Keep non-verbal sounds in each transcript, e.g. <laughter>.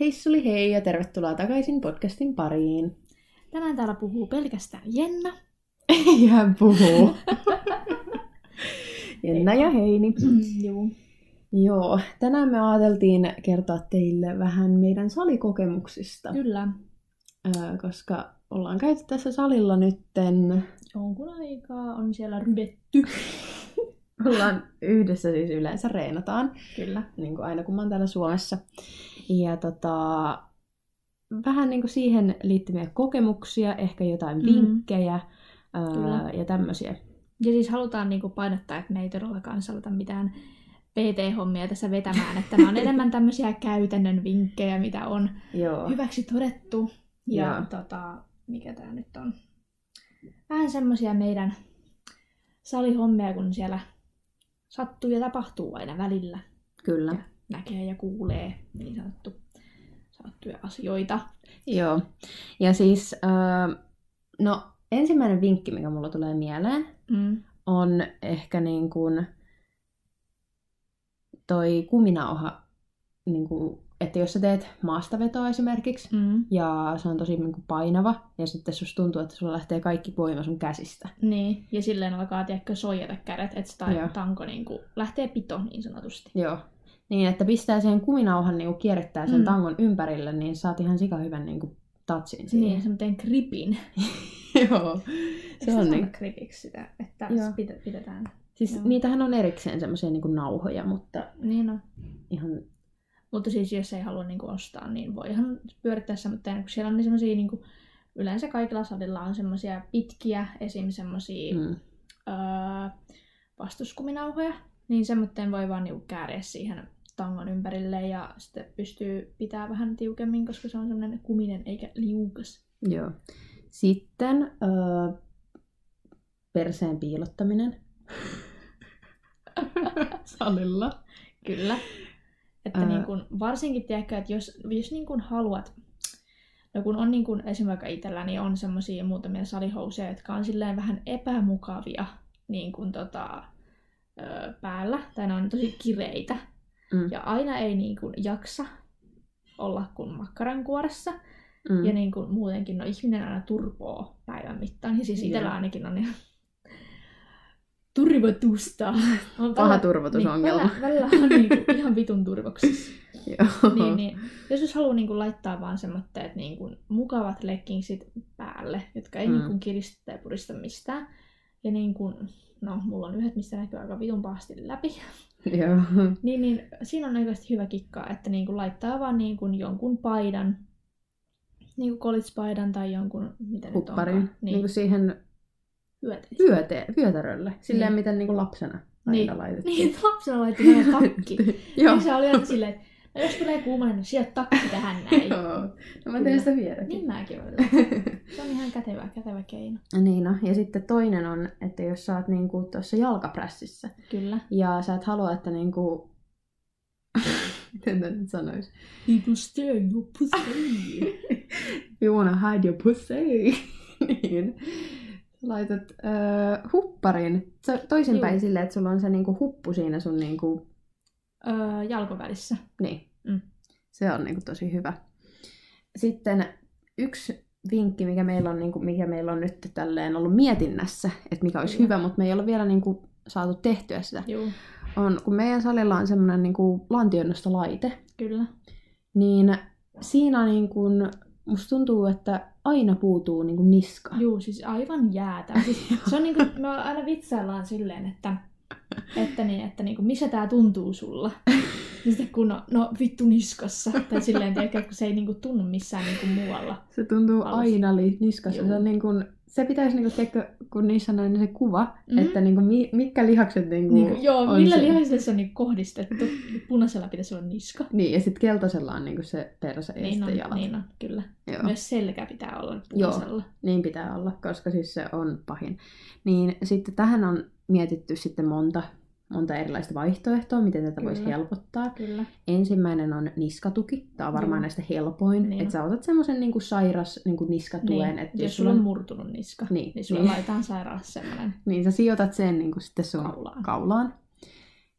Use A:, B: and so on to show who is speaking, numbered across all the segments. A: Heissuli hei ja tervetuloa takaisin podcastin <laughs> pariin.
B: Tänään täällä puhuu pelkästään Jenna.
A: Hän puhuu. <laughs> Jenna ja <clears throat> Heini.
B: Joo.
A: Joo, tänään me ajateltiin kertoa teille vähän meidän salikokemuksista,
B: Kyllä.
A: Öö, koska ollaan käyty tässä salilla nytten.
B: Jonkun aikaa on siellä ryvetty.
A: Ollaan yhdessä siis yleensä reenataan,
B: Kyllä.
A: niin kuin aina kun mä oon täällä Suomessa. Ja tota, vähän niin kuin siihen liittyviä kokemuksia, ehkä jotain
B: Mm.
A: vinkkejä
B: Kyllä.
A: öö, ja tämmöisiä.
B: Ja siis halutaan niinku painottaa, että me ei todellakaan saluta mitään PT-hommia tässä vetämään. Että nämä on enemmän tämmöisiä käytännön vinkkejä, mitä on
A: Joo.
B: hyväksi todettu. Ja
A: Joo.
B: tota, mikä tämä nyt on? Vähän semmoisia meidän salihommia, kun siellä sattuu ja tapahtuu aina välillä.
A: Kyllä.
B: Näkee ja kuulee niin sanottu, sanottuja asioita.
A: Joo. Ja siis, öö, no ensimmäinen vinkki, mikä mulla tulee mieleen,
B: Mm.
A: on ehkä niin kuin toi kuminauha, niin kuin, että jos sä teet maastavetoa esimerkiksi,
B: Mm.
A: ja se on tosi niin kuin painava, ja sitten susta tuntuu, että sulla lähtee kaikki voima sun käsistä.
B: Niin, ja silleen alkaa, tiedätkö, soijata kädet, että se
A: Joo.
B: ta- tanko niin kuin, lähtee pito niin sanotusti.
A: Joo. Niin, että pistää siihen kuminauhan, niin kuin kierrättää sen
B: Mm.
A: tangon ympärille, niin saat ihan sika hyvän niin kuin, tatsin
B: Niin, <laughs>
A: siihen.
B: semmoinen kripin.
A: Joo.
B: Se on niin. kripiksi sitä, että
A: Joo.
B: pitä- pidetään.
A: Siis
B: Joo.
A: niitähän on erikseen semmoisia niin nauhoja, mutta
B: Niin on.
A: ihan...
B: Mutta siis jos ei halua niinku ostaa, niin voi ihan pyörittää semmoinen, kun siellä on niin semmoisia niinku, yleensä kaikilla salilla on semmoisia pitkiä, esim. semmoisia mm.
A: Mm,
B: öö, vastuskuminauhoja, niin semmoinen voi vaan niinku kääriä siihen tangon ympärille ja sitten pystyy pitää vähän tiukemmin, koska se on semmoinen kuminen eikä liukas.
A: joo. Sitten öö, perseen piilottaminen. Salilla.
B: Kyllä. Että
A: Ää.
B: niin kun, varsinkin tiedätkö, että jos, jos niin kun haluat, no kun on niin kun, esimerkiksi vaikka itselläni niin on semmoisia muutamia salihousuja, jotka on silleen vähän epämukavia niin kun, tota, ö, päällä, tai ne on tosi kireitä.
A: Mm.
B: Ja aina ei niin kun, jaksa olla kuin makkarankuoressa.
A: Mm.
B: Ja niin kuin muutenkin, no ihminen aina turpoo päivän mittaan. Ja siis
A: Joo.
B: itsellä ainakin on ihan turvotusta. On
A: Paha
B: välillä-
A: turvotusongelma.
B: Niin, välillä, välillä on niin kuin ihan vitun turvoksissa.
A: Joo.
B: niin, niin. Joskus haluaa niin kuin laittaa vaan semmoitteet niin kuin mukavat leggingsit päälle, jotka ei
A: Mm.
B: mm. niin kuin kiristä tai purista mistään. Ja niin kuin, no, mulla on yhdet, mistä näkyy aika vitun pahasti läpi.
A: <laughs> Joo.
B: Niin, niin siinä on oikeasti hyvä kikkaa, että niin kuin laittaa vaan niin kuin jonkun paidan, niin kuin college-paidan tai jonkun, mitä nyt
A: Hupparin.
B: onkaan.
A: Niin. kuin
B: Niin,
A: siihen
B: niin
A: vyöte, vyötärölle. Silleen,
B: Niin.
A: miten niin kuin lapsena aina
B: Niin.
A: laitettiin. <laughs>
B: Niin, lapsena laittoi meidän takki.
A: Joo.
B: Niin se oli aina silleen, että no jos tulee kuumana, niin sieltä takki tähän näin.
A: <laughs> Joo. No mä
B: Kyllä.
A: teen sitä vieläkin.
B: Niin <laughs> mäkin välillä. Se on ihan kätevä, kätevä keino.
A: Niin no. Ja sitten toinen on, että jos sä oot niin kuin tuossa jalkaprässissä,
B: Kyllä.
A: ja sä et halua, että niinku... Miten tän nyt sanois?
B: People stare your pussy.
A: You wanna hide your pussy. niin. Sä laitat öö, hupparin Sä toisinpäin
B: Juu.
A: silleen, että sulla on se niinku huppu siinä sun niinku...
B: <laughs> öö, jalkovälissä.
A: Niin.
B: Mm.
A: Se on niinku tosi hyvä. Sitten yksi vinkki, mikä meillä on, niinku, mikä meillä on nyt tälleen ollut mietinnässä, että mikä olisi
B: Joo.
A: hyvä, mutta me ei ole vielä niinku saatu tehtyä sitä,
B: Joo,
A: on, kun meidän salilla on semmoinen niinku lantioinnosta laite,
B: kyllä.
A: niin siinä niin kun, musta tuntuu, että aina puutuu niin kun niska.
B: Joo, siis aivan jäätä. Siis se on niinku, me aina vitsaillaan silleen, että, että, niin, että niinku, missä tää tuntuu sulla. Ja sitten kun no, no vittu niskassa. Tai silleen, tiedätkö, kun se ei niinku tunnu missään niinku muualla.
A: Se tuntuu
B: Alas.
A: aina li- niskassa.
B: Juu.
A: Se, on niin kun, se pitäisi, niin kun, teikö, kun niissä on aina se kuva,
B: Mhm.
A: että niin kun, mi- mitkä lihakset... Niin kun,
B: Niinku, joo,
A: on
B: millä
A: se.
B: lihaisilla se on niinku kohdistettu. Punaisella pitäisi olla niska.
A: Niin, ja sitten keltaisella on niin kun se perse ja
B: Niin on,
A: sitten jalat.
B: niin on, kyllä.
A: Joo.
B: Myös selkä pitää olla punaisella.
A: Niin pitää olla, koska siis se on pahin. Niin sitten tähän on mietitty sitten monta, monta erilaista vaihtoehtoa, miten tätä voisi
B: Kyllä.
A: helpottaa.
B: Kyllä.
A: Ensimmäinen on niskatuki. Tämä on varmaan
B: Joo.
A: näistä helpoin.
B: Niin
A: Niin. Että sä
B: on.
A: otat semmoisen niin sairas niin niskatuen.
B: Niin,
A: että
B: jos, sulla on murtunut niska,
A: Niin,
B: niin, niin sulla
A: niin. <laughs>
B: niin. laitetaan sairaalassa semmoinen
A: niin sä sijoitat sen niin sitten sun niinku kaulaan.
B: kaulaan.
A: kaulaan.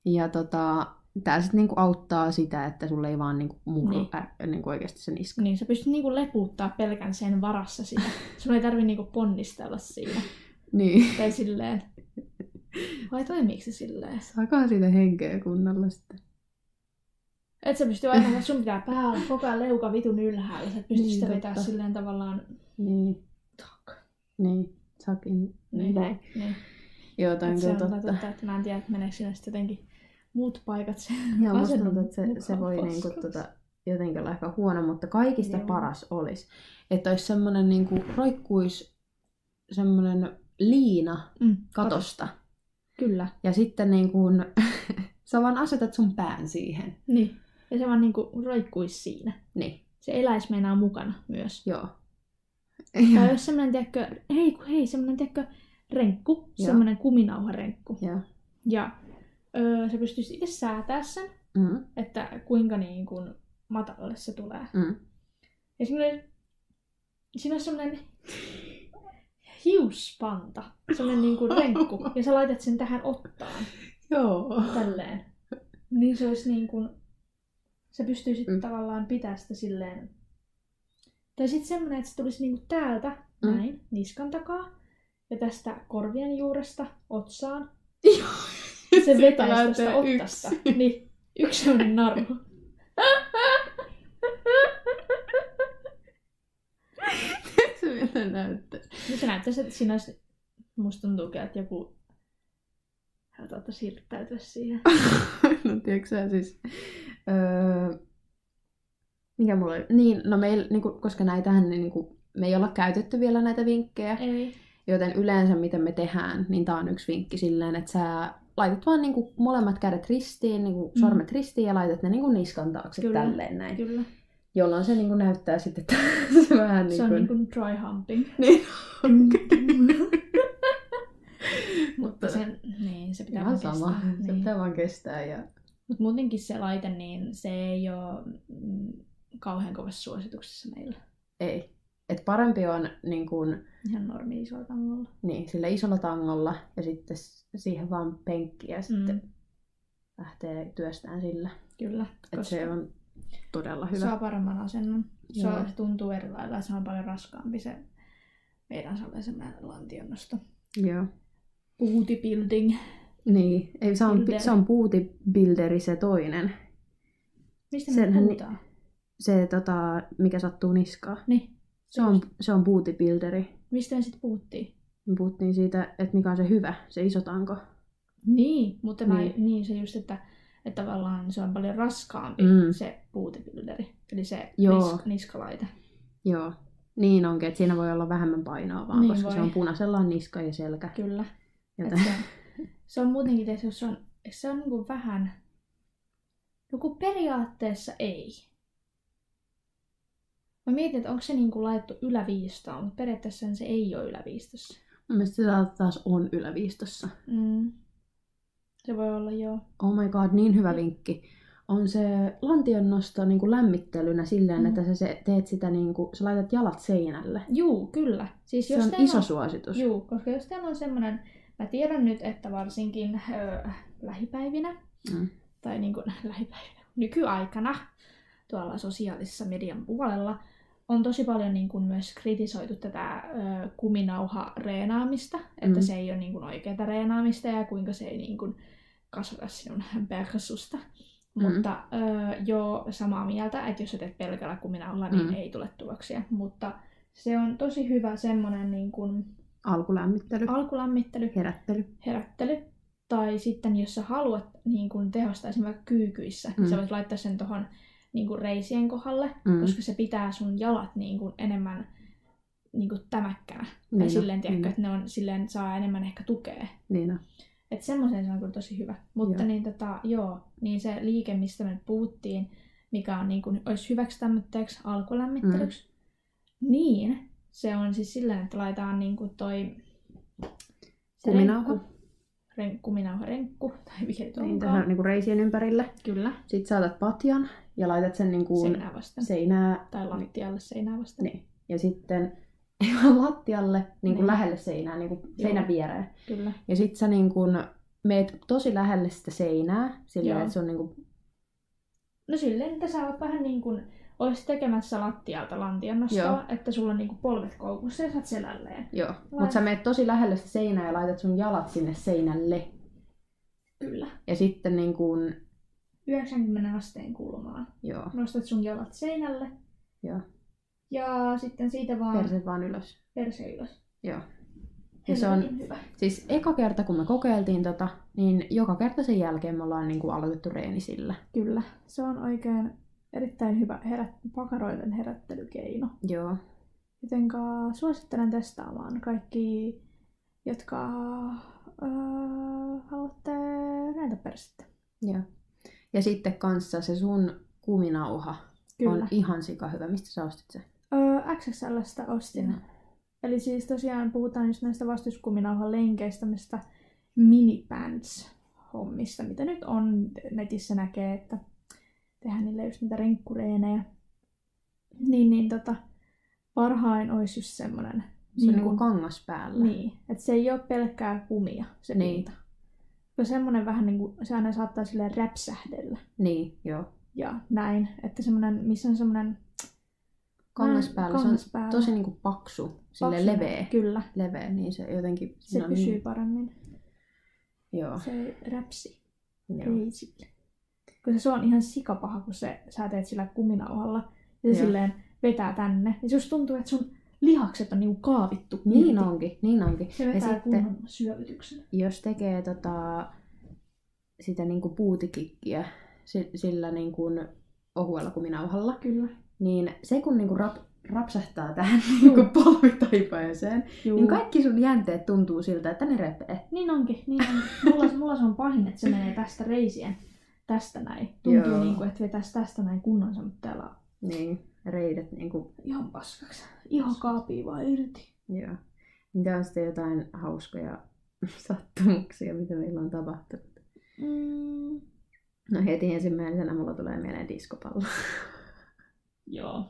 A: Ja tota, tämä sitten niinku auttaa sitä, että sulle ei vaan niinku murru
B: Niin.
A: niin. Ä, niinku oikeasti se niska.
B: Niin sä pystyt niinku leputtaa pelkän sen
A: <laughs>
B: varassa sitä. Sun ei tarvi niinku ponnistella siinä.
A: Niin. <laughs>
B: Tai silleen. Vai toimiiko se silleen?
A: Saakaa siitä henkeä kunnolla sitten.
B: Et sä pysty aina, sun pitää pää olla koko ajan leuka vitun ylhäällä. Sä et pysty
A: Niin,
B: sitä vetää
A: totta.
B: silleen tavallaan...
A: Niin.
B: Tak.
A: Niin. Sakin.
B: Niin.
A: Niin. Näin.
B: Niin.
A: Joo, toi on
B: Et se
A: kyllä
B: on tota-
A: totta.
B: totta. että mä en tiedä, että meneekö sinne sitten jotenkin muut paikat sen
A: Joo, musta
B: asennon
A: tuntuu, että se, se
B: mukaan
A: voi niinku,
B: paskaksi.
A: tota, jotenkin olla ehkä huono, mutta kaikista
B: Joo.
A: Joo. paras olisi. Että olisi semmoinen niinku, roikkuis semmoinen liina
B: Mm,
A: katosta.
B: Kyllä.
A: Ja sitten niin kun, <laughs> sä vaan asetat sun pään siihen.
B: Niin. Ja se vaan niinku roikkuis siinä.
A: Niin,
B: Se eläis meinaa mukana myös.
A: joo.
B: Tai jos semmonen, tiedätkö, hei, ku- hei, semmonen, tiedätkö, renkku,
A: Joo.
B: semmonen kuminauharenkku.
A: Joo.
B: Ja öö, se pystyisi itse säätää sen,
A: Mm,
B: että kuinka niin kuin matalalle se tulee.
A: mm.
B: Ja semmoinen, siinä on semmoinen hiuspanta, semmoinen niin kuin renkku, ja sä laitat sen tähän ottaan,
A: <laughs> Joo.
B: tälleen. Niin se olisi niin kuin, sä pystyisit mm.
A: Mm.
B: tavallaan pitää sitä silleen. Tai sitten semmoinen, että se tulisi niin kuin täältä,
A: Mm.
B: näin, niskan takaa, ja tästä korvien juuresta otsaan. Se vetäisi tästä ottasta. Niin, yksi semmoinen naru.
A: <laughs> se miltä näyttää.
B: Nyt Niin se näyttäisi, että siinä olisi... Musta tuntuu, kyllä, että joku... Hän tautta siirtäytyä siihen.
A: <laughs> no tiedätkö sä siis... Öö, mikä mulla oli? Niin, no meillä, niinku, koska näitähän niin niinku, me ei olla käytetty vielä näitä vinkkejä,
B: Ei.
A: joten yleensä miten me tehdään, niin tää on yksi vinkki silleen, että sä laitat vaan niinku, molemmat kädet ristiin, niinku,
B: Mm.
A: sormet ristiin ja laitat ne niinku, niskan taakse
B: Kyllä.
A: tälleen näin.
B: Kyllä.
A: Jolloin se niinku, näyttää sitten, että <laughs> se vähän
B: Se
A: niinku...
B: on niin kuin dry humping.
A: Niin.
B: Mutta sen, niin, se pitää
A: Ihan
B: vaan
A: sama.
B: kestää.
A: Se
B: Niin.
A: pitää vaan kestää ja...
B: Mutta muutenkin se laite, niin se ei ole kauhean kovassa suosituksessa meillä.
A: Ei. Et parempi on niin kuin,
B: Ihan normi isolla tangolla.
A: niin, sillä isolla tangolla ja sitten s- siihen vaan penkki ja sitten
B: Mm,
A: lähtee työstään sillä.
B: kyllä.
A: Et se on todella hyvä.
B: saa paremman asennon. Se,
A: Joo.
B: on, se tuntuu eri lailla. Se on paljon raskaampi se meidän sellainen semmoinen lantionnosto.
A: Joo.
B: Booty building.
A: Niin. Ei, se, on,
B: Builder.
A: se on puutibuilderi se toinen.
B: Mistä me
A: Senhän ni-
B: puhutaan?
A: Se, tota, mikä sattuu niskaan.
B: Niin.
A: Se on, se on puutibuilderi.
B: Mistä me sitten puhuttiin?
A: Me puhuttiin siitä, että mikä on se hyvä, se iso tanko.
B: Niin, mutta niin. Mä,
A: Niin.
B: niin se just, että, että tavallaan se on paljon raskaampi mm.
A: Mm.
B: se puutipilderi, eli se
A: Joo.
B: nis, niskalaite.
A: Joo. Niin onkin, että siinä voi olla vähemmän painoa vaan,
B: Niin
A: niin koska
B: voi.
A: voi. se on punaisella on niska ja selkä.
B: Kyllä. Et
A: Joten,
B: Se, on- se on muutenkin tietysti, jos se on, se on niin vähän, no kun periaatteessa ei. Mä mietin, että onko se niin kuin laittu yläviistoon, mutta periaatteessa se ei ole yläviistossa.
A: mun mielestä se taas on yläviistossa.
B: Mm. Se voi olla joo.
A: Oh my god, niin hyvä
B: Mm.
A: vinkki. On se lantion nosto niin kuin lämmittelynä silleen,
B: Mm.
A: mm. että sä se, teet sitä niin kuin, sä laitat jalat seinälle.
B: Juu, kyllä. Siis
A: Se
B: jos
A: on
B: teillä
A: iso suositus.
B: Joo, koska jos teillä on semmoinen, mä tiedän nyt, että varsinkin ö, lähipäivinä,
A: Mm.
B: tai niin kuin <laughs> lähipäivinä, nykyaikana tuolla sosiaalisessa median puolella, on tosi paljon niin kuin myös kritisoitu tätä ö, kuminauha-reenaamista, että
A: Mm.
B: se ei ole niin kuin oikeata reenaamista ja kuinka se ei niin kuin kasvata sinun <laughs> persusta.
A: Mm.
B: Mutta öö, joo, samaa mieltä, että jos sä teet pelkällä kuminauhalla, niin
A: Mm.
B: ei tule tuloksia. Mutta se on tosi hyvä semmoinen niin kuin,
A: Alkulämmittely,
B: alkulämmittely,
A: herättely.
B: herättely. Tai sitten jos sä haluat niin kun tehostaa esimerkiksi kyykyissä, mm. niin sä
A: Mm.
B: voit laittaa sen tuohon niin kun reisien kohdalle, mm.
A: Mm.
B: koska se pitää sun jalat niin kun enemmän niin kun tämäkkänä. Niin, tai
A: Niin,
B: silleen,
A: no,
B: tiedätkö,
A: niin,
B: että ne on, silleen saa enemmän ehkä tukea.
A: niin, no.
B: Että semmoisen se on kyllä tosi hyvä. Mutta
A: Joo.
B: niin, tota, joo, niin se liike, mistä me nyt puhuttiin, mikä on niin kuin, olisi hyväksi tämmöiseksi alkulämmittelyksi, mm. niin se on siis silleen, että laitetaan niin kuin toi se
A: Kuminauha.
B: Renkku, ren, kuminauha renkku, tai mikä nyt
A: niin
B: onkaan.
A: tähän niin kuin reisien ympärille.
B: Kyllä,
A: Sitten saatat patjan ja laitat sen niin kuin
B: seinää vasten. Se...
A: seinää.
B: Tai lattialle seinää vasten.
A: Niin. Ja sitten <laughs> ei vaan lattialle, niin kuin
B: Niin.
A: lähelle seinää, niin kuin seinän viereen.
B: Kyllä.
A: Ja sit sä niin kun meet tosi lähelle sitä seinää, sillä
B: Joo.
A: että sun niin kun
B: No silleen, että sä oot vähän niin kuin, ois tekemässä lattialta lantion nostoa,
A: Joo.
B: että sulla on niin kuin polvet koukussa ja sä oot selälleen.
A: Joo,
B: Lait-
A: mutta sä meet tosi lähelle sitä seinää ja laitat sun jalat sinne seinälle.
B: Kyllä.
A: Ja sitten niin kuin,
B: 90 asteen kulmaan.
A: joo,
B: Nostat sun jalat seinälle.
A: Joo.
B: Ja sitten siitä vaan perse,
A: perse vaan ylös.
B: perse ylös.
A: Joo. Ja se on-
B: Helvetin hyvä.
A: Siis eka kerta kun me kokeiltiin tota, niin joka kerta sen jälkeen me ollaan niin kuin aloitettu reeni sillä.
B: Kyllä, se on oikein erittäin hyvä herät, pakaroiden herättelykeino.
A: Joo.
B: Jotenka suosittelen testaamaan kaikki, jotka öö, haluatte näitä persettä.
A: Joo. Ja sitten kanssa se sun kuminauha
B: Kyllä.
A: on ihan sika hyvä. Mistä sä ostit sen?
B: Öö, XXLstä ostin.
A: Mm.
B: Eli siis tosiaan puhutaan just näistä vastuskuminauhan lenkeistä, mistä minipants hommista, mitä nyt on netissä näkee, että tehdään niille just niitä renkkureenejä. Niin, niin tota, parhain olisi just semmonen.
A: Se on niin kuin kangas päällä.
B: Niin, että se ei ole pelkkää kumia, se
A: Niin.
B: pinta. Kun semmoinen vähän niin kuin, se aina saattaa silleen räpsähdellä
A: niin joo.
B: ja näin. Että semmoinen, missä on semmoinen...
A: Kangas päällä. Se on
B: kangas päällä.
A: tosi niin kuin paksu, sille
B: Paksu-
A: leveä.
B: Kyllä,
A: Leveä, niin se jotenkin...
B: se
A: siinä on
B: pysyy
A: Niin,
B: paremmin.
A: joo.
B: Se ei räpsi
A: joo.
B: reisille. Kun se on ihan sikapaha, kun se, sä teet sillä kuminauhalla ja se
A: Joo.
B: silleen vetää tänne. Niin susta tuntuu, että sun lihakset on niinku kaavittu.
A: Niin
B: irti.
A: onkin, niin onkin.
B: Se vetää
A: sitten-
B: kunnon syövytyksen.
A: Jos tekee tota, sitä niin kuin puutikikkiä si- sillä niin kuin ohuella kuminauhalla,
B: Kyllä.
A: niin se kun niinku rap, rapsahtaa tähän niinku polvitaipaaseen,
B: Juu.
A: niin kaikki sun jänteet tuntuu siltä, että ne repee.
B: Niin onkin, niin onkin. Mulla, mulla se on pahin, että se menee tästä reisien tästä näin. Tuntuu
A: Joo.
B: niin kuin, että vetäisi tästä näin kunnonsa, mutta täällä on
A: Niin, reidet niinku,
B: ihan paskaksi. Ihan kaapii vaan irti.
A: joo. Mitä on sitten jotain hauskoja <laughs> sattumuksia, mitä meillä on tapahtunut?
B: Mm,
A: No heti ensimmäisenä mulla tulee mieleen diskopallo.
B: joo.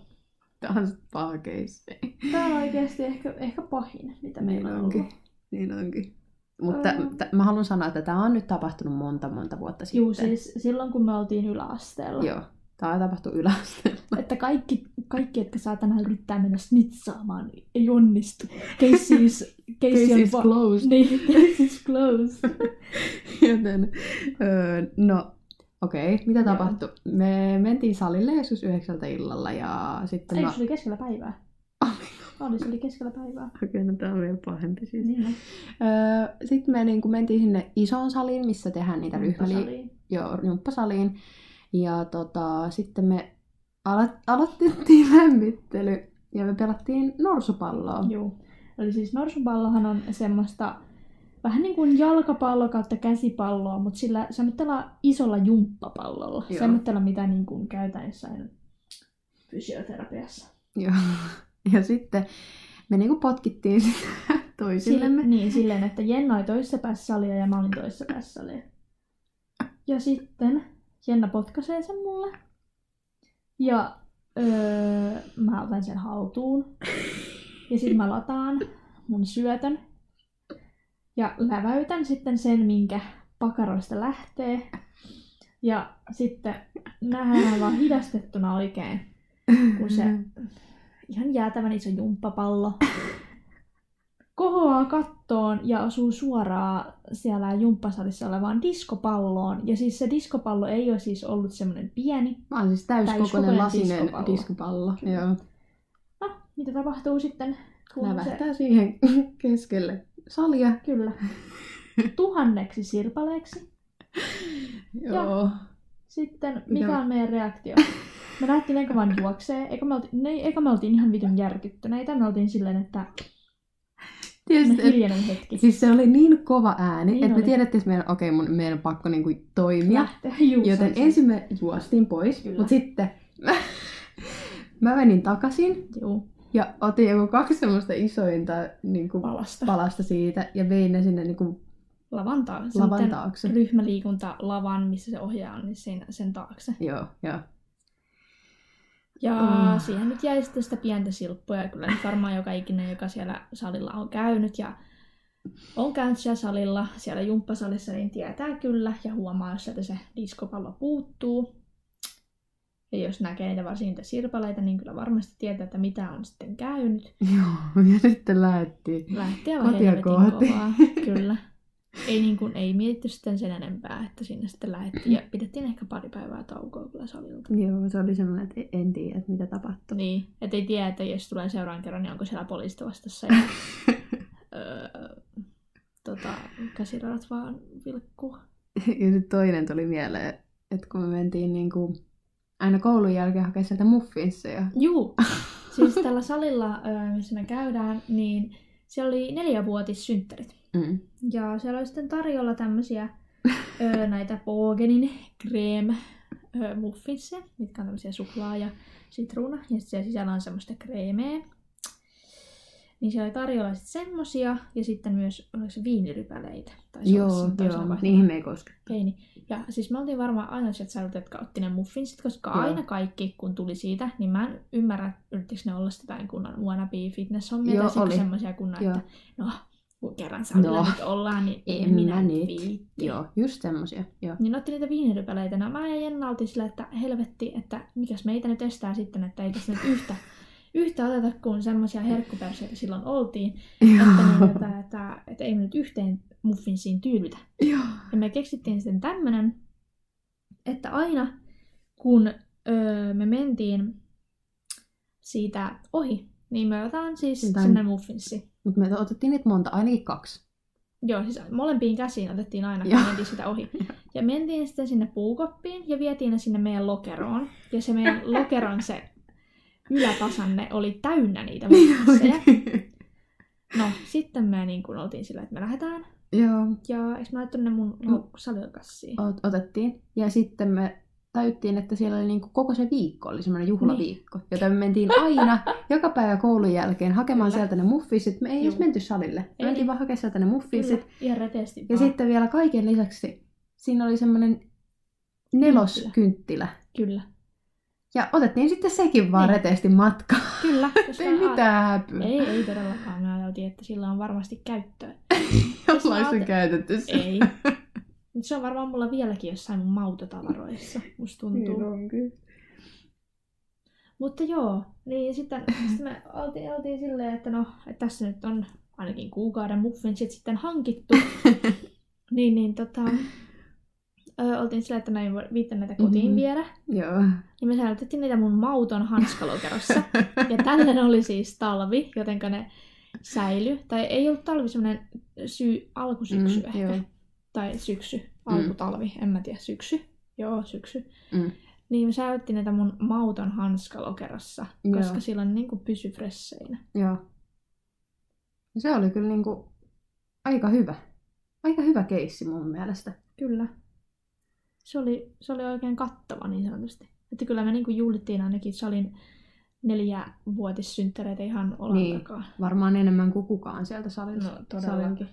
A: Tämä on paha keissi.
B: Tää on oikeasti ehkä, ehkä pahin, mitä meillä on ollut.
A: Niin onkin. Mutta
B: Öö.
A: t- mä haluan sanoa, että tämä on nyt tapahtunut monta monta vuotta sitten.
B: Juu, siis silloin kun me oltiin yläasteella.
A: Joo, tämä tapahtui yläasteella.
B: Että kaikki, kaikki, jotka saatana yrittää mennä snitsaamaan, ei onnistu. Case is, case on va-
A: closed. <laughs>
B: Niin, <laughs> case is closed.
A: Joten, öö, no okei, okay, mitä
B: Joo.
A: tapahtui? Me mentiin salille joskus yhdeksältä illalla ja sitten
B: Ei,
A: mä... Oh
B: se oli keskellä päivää. Oli, se oli keskellä päivää.
A: Okei, no tää on vielä pahempi siis.
B: Niin,
A: Öö, sitten me niin mentiin sinne isoon saliin, missä tehdään niitä ryhmäli... Joo, jumppasaliin. Ja tota, sitten me ala- aloitettiin <laughs> lämmittely ja me pelattiin norsupalloa.
B: Joo. Eli siis norsupallohan on semmoista vähän niin kuin jalkapallo kautta käsipalloa, mutta sillä semmoisella isolla jumppapallolla.
A: Joo.
B: Semmoisella, mitä niin kuin käytän jossain fysioterapiassa.
A: Joo. <laughs> Ja sitten me niinku potkittiin <laughs> sitä toisillemme.
B: Sille, niin, silleen, että Jenna oli toisessa päässä salia ja mä olin toisessa päässä salia. Ja sitten Jenna potkaisee sen mulle. Ja öö, mä otan sen haltuun. Ja sitten mä lataan mun syötön. Ja läväytän sitten sen, minkä pakaroista lähtee. Ja sitten nähdään vaan hidastettuna oikein, kun se ihan jäätävän iso jumppapallo. <laughs> Kohoaa kattoon ja osuu suoraan siellä jumppasalissa olevaan diskopalloon. Ja siis se diskopallo ei ole siis ollut semmoinen pieni.
A: Mä oon siis täyskokoinen
B: Täyskokoinen
A: lasinen
B: diskopallo.
A: diskopallo. diskopallo.
B: Kyllä.
A: Joo.
B: No, mitä tapahtuu sitten? Kun se,
A: Lävähtää siihen <laughs> keskelle salia.
B: kyllä. <laughs> Tuhanneksi sirpaleeksi.
A: Joo.
B: Sitten
A: Mitä
B: mikä
A: me-
B: on meidän reaktio? Me lähdettiin eikä vaan juokseen. Eikä me, oltiin, ne, eikä me oltiin ihan vitun järkyttyneitä. Me oltiin silleen, että me
A: Tietysti, et-
B: hiljenen hetki.
A: siis se oli niin kova ääni,
B: Niin
A: niin että
B: oli.
A: me tiedettiin, että meidän, okay, mun, meidän on pakko niinku toimia.
B: Lähteä juusaksi.
A: Joten ensin me juostiin pois,
B: Kyllä.
A: mutta sitten mä, mä menin takaisin
B: Juu,
A: ja otin joku kaksi semmoista isointa niinku,
B: palasta.
A: palasta siitä ja vein ne sinne niinku,
B: Lavan taakse.
A: lavan
B: Sitten
A: taakse.
B: ryhmäliikuntalavan, missä se ohjaa on, niin sen, sen taakse.
A: Joo, joo.
B: Ja
A: Ah.
B: siihen nyt jäi sitten sitä pientä silppua, ja kyllä nyt varmaan joka ikinen, joka siellä salilla on käynyt ja on käynyt siellä salilla, siellä jumppasalissa, niin tietää kyllä ja huomaa, jos sieltä se diskopallo puuttuu. Ja jos näkee niitä varsin niitä sirpaleita, niin kyllä varmasti tietää, että mitä on sitten käynyt.
A: Joo, ja sitten lähti.
B: Lähti aivan
A: Kotia
B: helvetin
A: kohti.
B: kovaa. Kyllä. Ei, niin kuin, ei mietitty sitten sen enempää, että sinne sitten lähdettiin. Ja pidettiin ehkä pari päivää taukoa kyllä salilta.
A: Joo, se oli semmoinen, että en tiedä, että mitä tapahtui.
B: Niin, et ei tiedä, että jos tulee seuraavan kerran, niin onko siellä poliisit vastassa. Ja, öö, tota, käsiradat vaan vilkkuu.
A: <laughs> Ja sitten toinen tuli mieleen, että kun me mentiin niin kuin aina koulun jälkeen hakemaan sieltä muffinsseja.
B: Juu, siis tällä salilla, öö, missä me käydään, niin siellä oli neljävuotissynttärit.
A: Mm.
B: Ja siellä oli sitten tarjolla tämmöisiä
A: <laughs>
B: öö, näitä Bogenin cream öö, muffinsia, mitkä on tämmöisiä suklaa ja sitruuna. Ja sitten siellä sisällä on semmoista kreemeä. Niin siellä oli tarjolla sitten semmosia ja sitten myös oliko se viinirypäleitä. Tai
A: Joo, joo, niihin me ei koskettu.
B: Teini. Ja siis me oltiin varmaan aina sieltä säilytä, jotka otti ne muffinsit, koska
A: Joo.
B: aina kaikki, kun tuli siitä, niin mä en ymmärrä, yrittikö ne olla sitä jotain kunnon wannabe fitness hommia
A: Joo,
B: tai sitten
A: oli.
B: semmoisia kunnon,
A: Joo.
B: että no, kun kerran salilla
A: No,
B: nyt ollaan, niin en
A: en
B: minä
A: mä
B: nyt
A: nyt.
B: viitti.
A: Joo, just semmosia. Joo.
B: Niin ne otti niitä viinirypäleitä. No mä ja Jenna oltiin sillä, että helvetti, että mikäs meitä nyt estää sitten, että ei tässä nyt yhtä, yhtä oteta kuin semmoisia herkkuperseitä silloin oltiin. Että, niin,
A: Joo.
B: että, että, että, ei me nyt yhteen muffinsiin tyydytä.
A: <laughs> Joo.
B: Ja me keksittiin sitten tämmönen, että aina kun öö, me mentiin siitä ohi, niin me otetaan siis
A: Jotain-
B: semmonen muffinssi.
A: Mutta me otettiin niitä monta, ainakin kaksi.
B: <laughs> Joo, siis molempiin käsiin otettiin aina, kun
A: <laughs> Joo.
B: mentiin sitä ohi. Ja mentiin sitten sinne puukoppiin ja vietiin ne sinne meidän lokeroon. Ja se meidän
A: <laughs>
B: lokeron se ylätasanne oli täynnä niitä muffinsseja. No, sitten me niin kun oltiin sillä, että me lähdetään.
A: Joo,
B: Ja eikö mä laittanut ne mun
A: No.
B: lau- saliokassiin?
A: ot- otettiin. Ja sitten me tajuttiin, että siellä oli niinku koko se viikko, oli semmoinen juhlaviikko.
B: Niin.
A: Joten me mentiin
B: <laughs>
A: aina joka päivä koulun jälkeen hakemaan
B: Kyllä.
A: sieltä ne muffisit. Me ei edes
B: Juu.
A: menty salille. Me
B: Ei.
A: mentiin vaan hakemaan sieltä ne muffisit.
B: Kyllä, ihan reteesti
A: siis Ja
B: vaan.
A: sitten vielä kaiken lisäksi siinä oli semmoinen neloskynttilä.
B: Kyllä.
A: Ja otettiin sitten sekin vaan
B: Niin.
A: reteesti matkaan.
B: Kyllä.
A: <laughs>
B: koska
A: Ei mitään häpyä.
B: Ei, ei todellakaan. Mä ajattelin, että sillä on varmasti käyttöä.
A: Jollain
B: Jos mä
A: se on
B: oot-
A: käytetty se. <laughs>
B: Ei. Mut se on varmaan mulla vieläkin jossain mun mautotavaroissa, musta
A: Niin
B: tuntuu. Mutta joo, niin sitten, sitten me oltiin, oltiin silleen, että no, että tässä nyt on ainakin kuukauden muffinsit sitten
A: <laughs>
B: hankittu. niin, niin tota, ö, oltiin silleen, että mä en voi viittä näitä kotiin
A: Mhm.
B: viedä.
A: Joo.
B: Niin me säilytettiin niitä mun mauton
A: <laughs>
B: hanskalokerossa. Ja tällöin oli siis talvi, jotenka ne säily. Tai ei ollut talvi semmoinen syy, alkusyksy
A: Mm,
B: ehkä.
A: joo.
B: Tai syksy, alkutalvi, en mä tiedä, syksy. Joo, syksy.
A: Mm.
B: Niin me säilyttiin näitä mun mauton hanskalokerossa,
A: Joo.
B: koska silloin niinku pysy fresseinä.
A: Joo. Ja Se oli kyllä niinku aika hyvä. Aika hyvä keissi mun mielestä.
B: Kyllä. Se oli, se oli oikein kattava niin sanotusti. Että kyllä me niinku juhlittiin ainakin salin neljävuotissynttäreitä ihan olan
A: Niin.
B: takaa.
A: Varmaan enemmän kuin kukaan sieltä salilta.
B: No todellakin.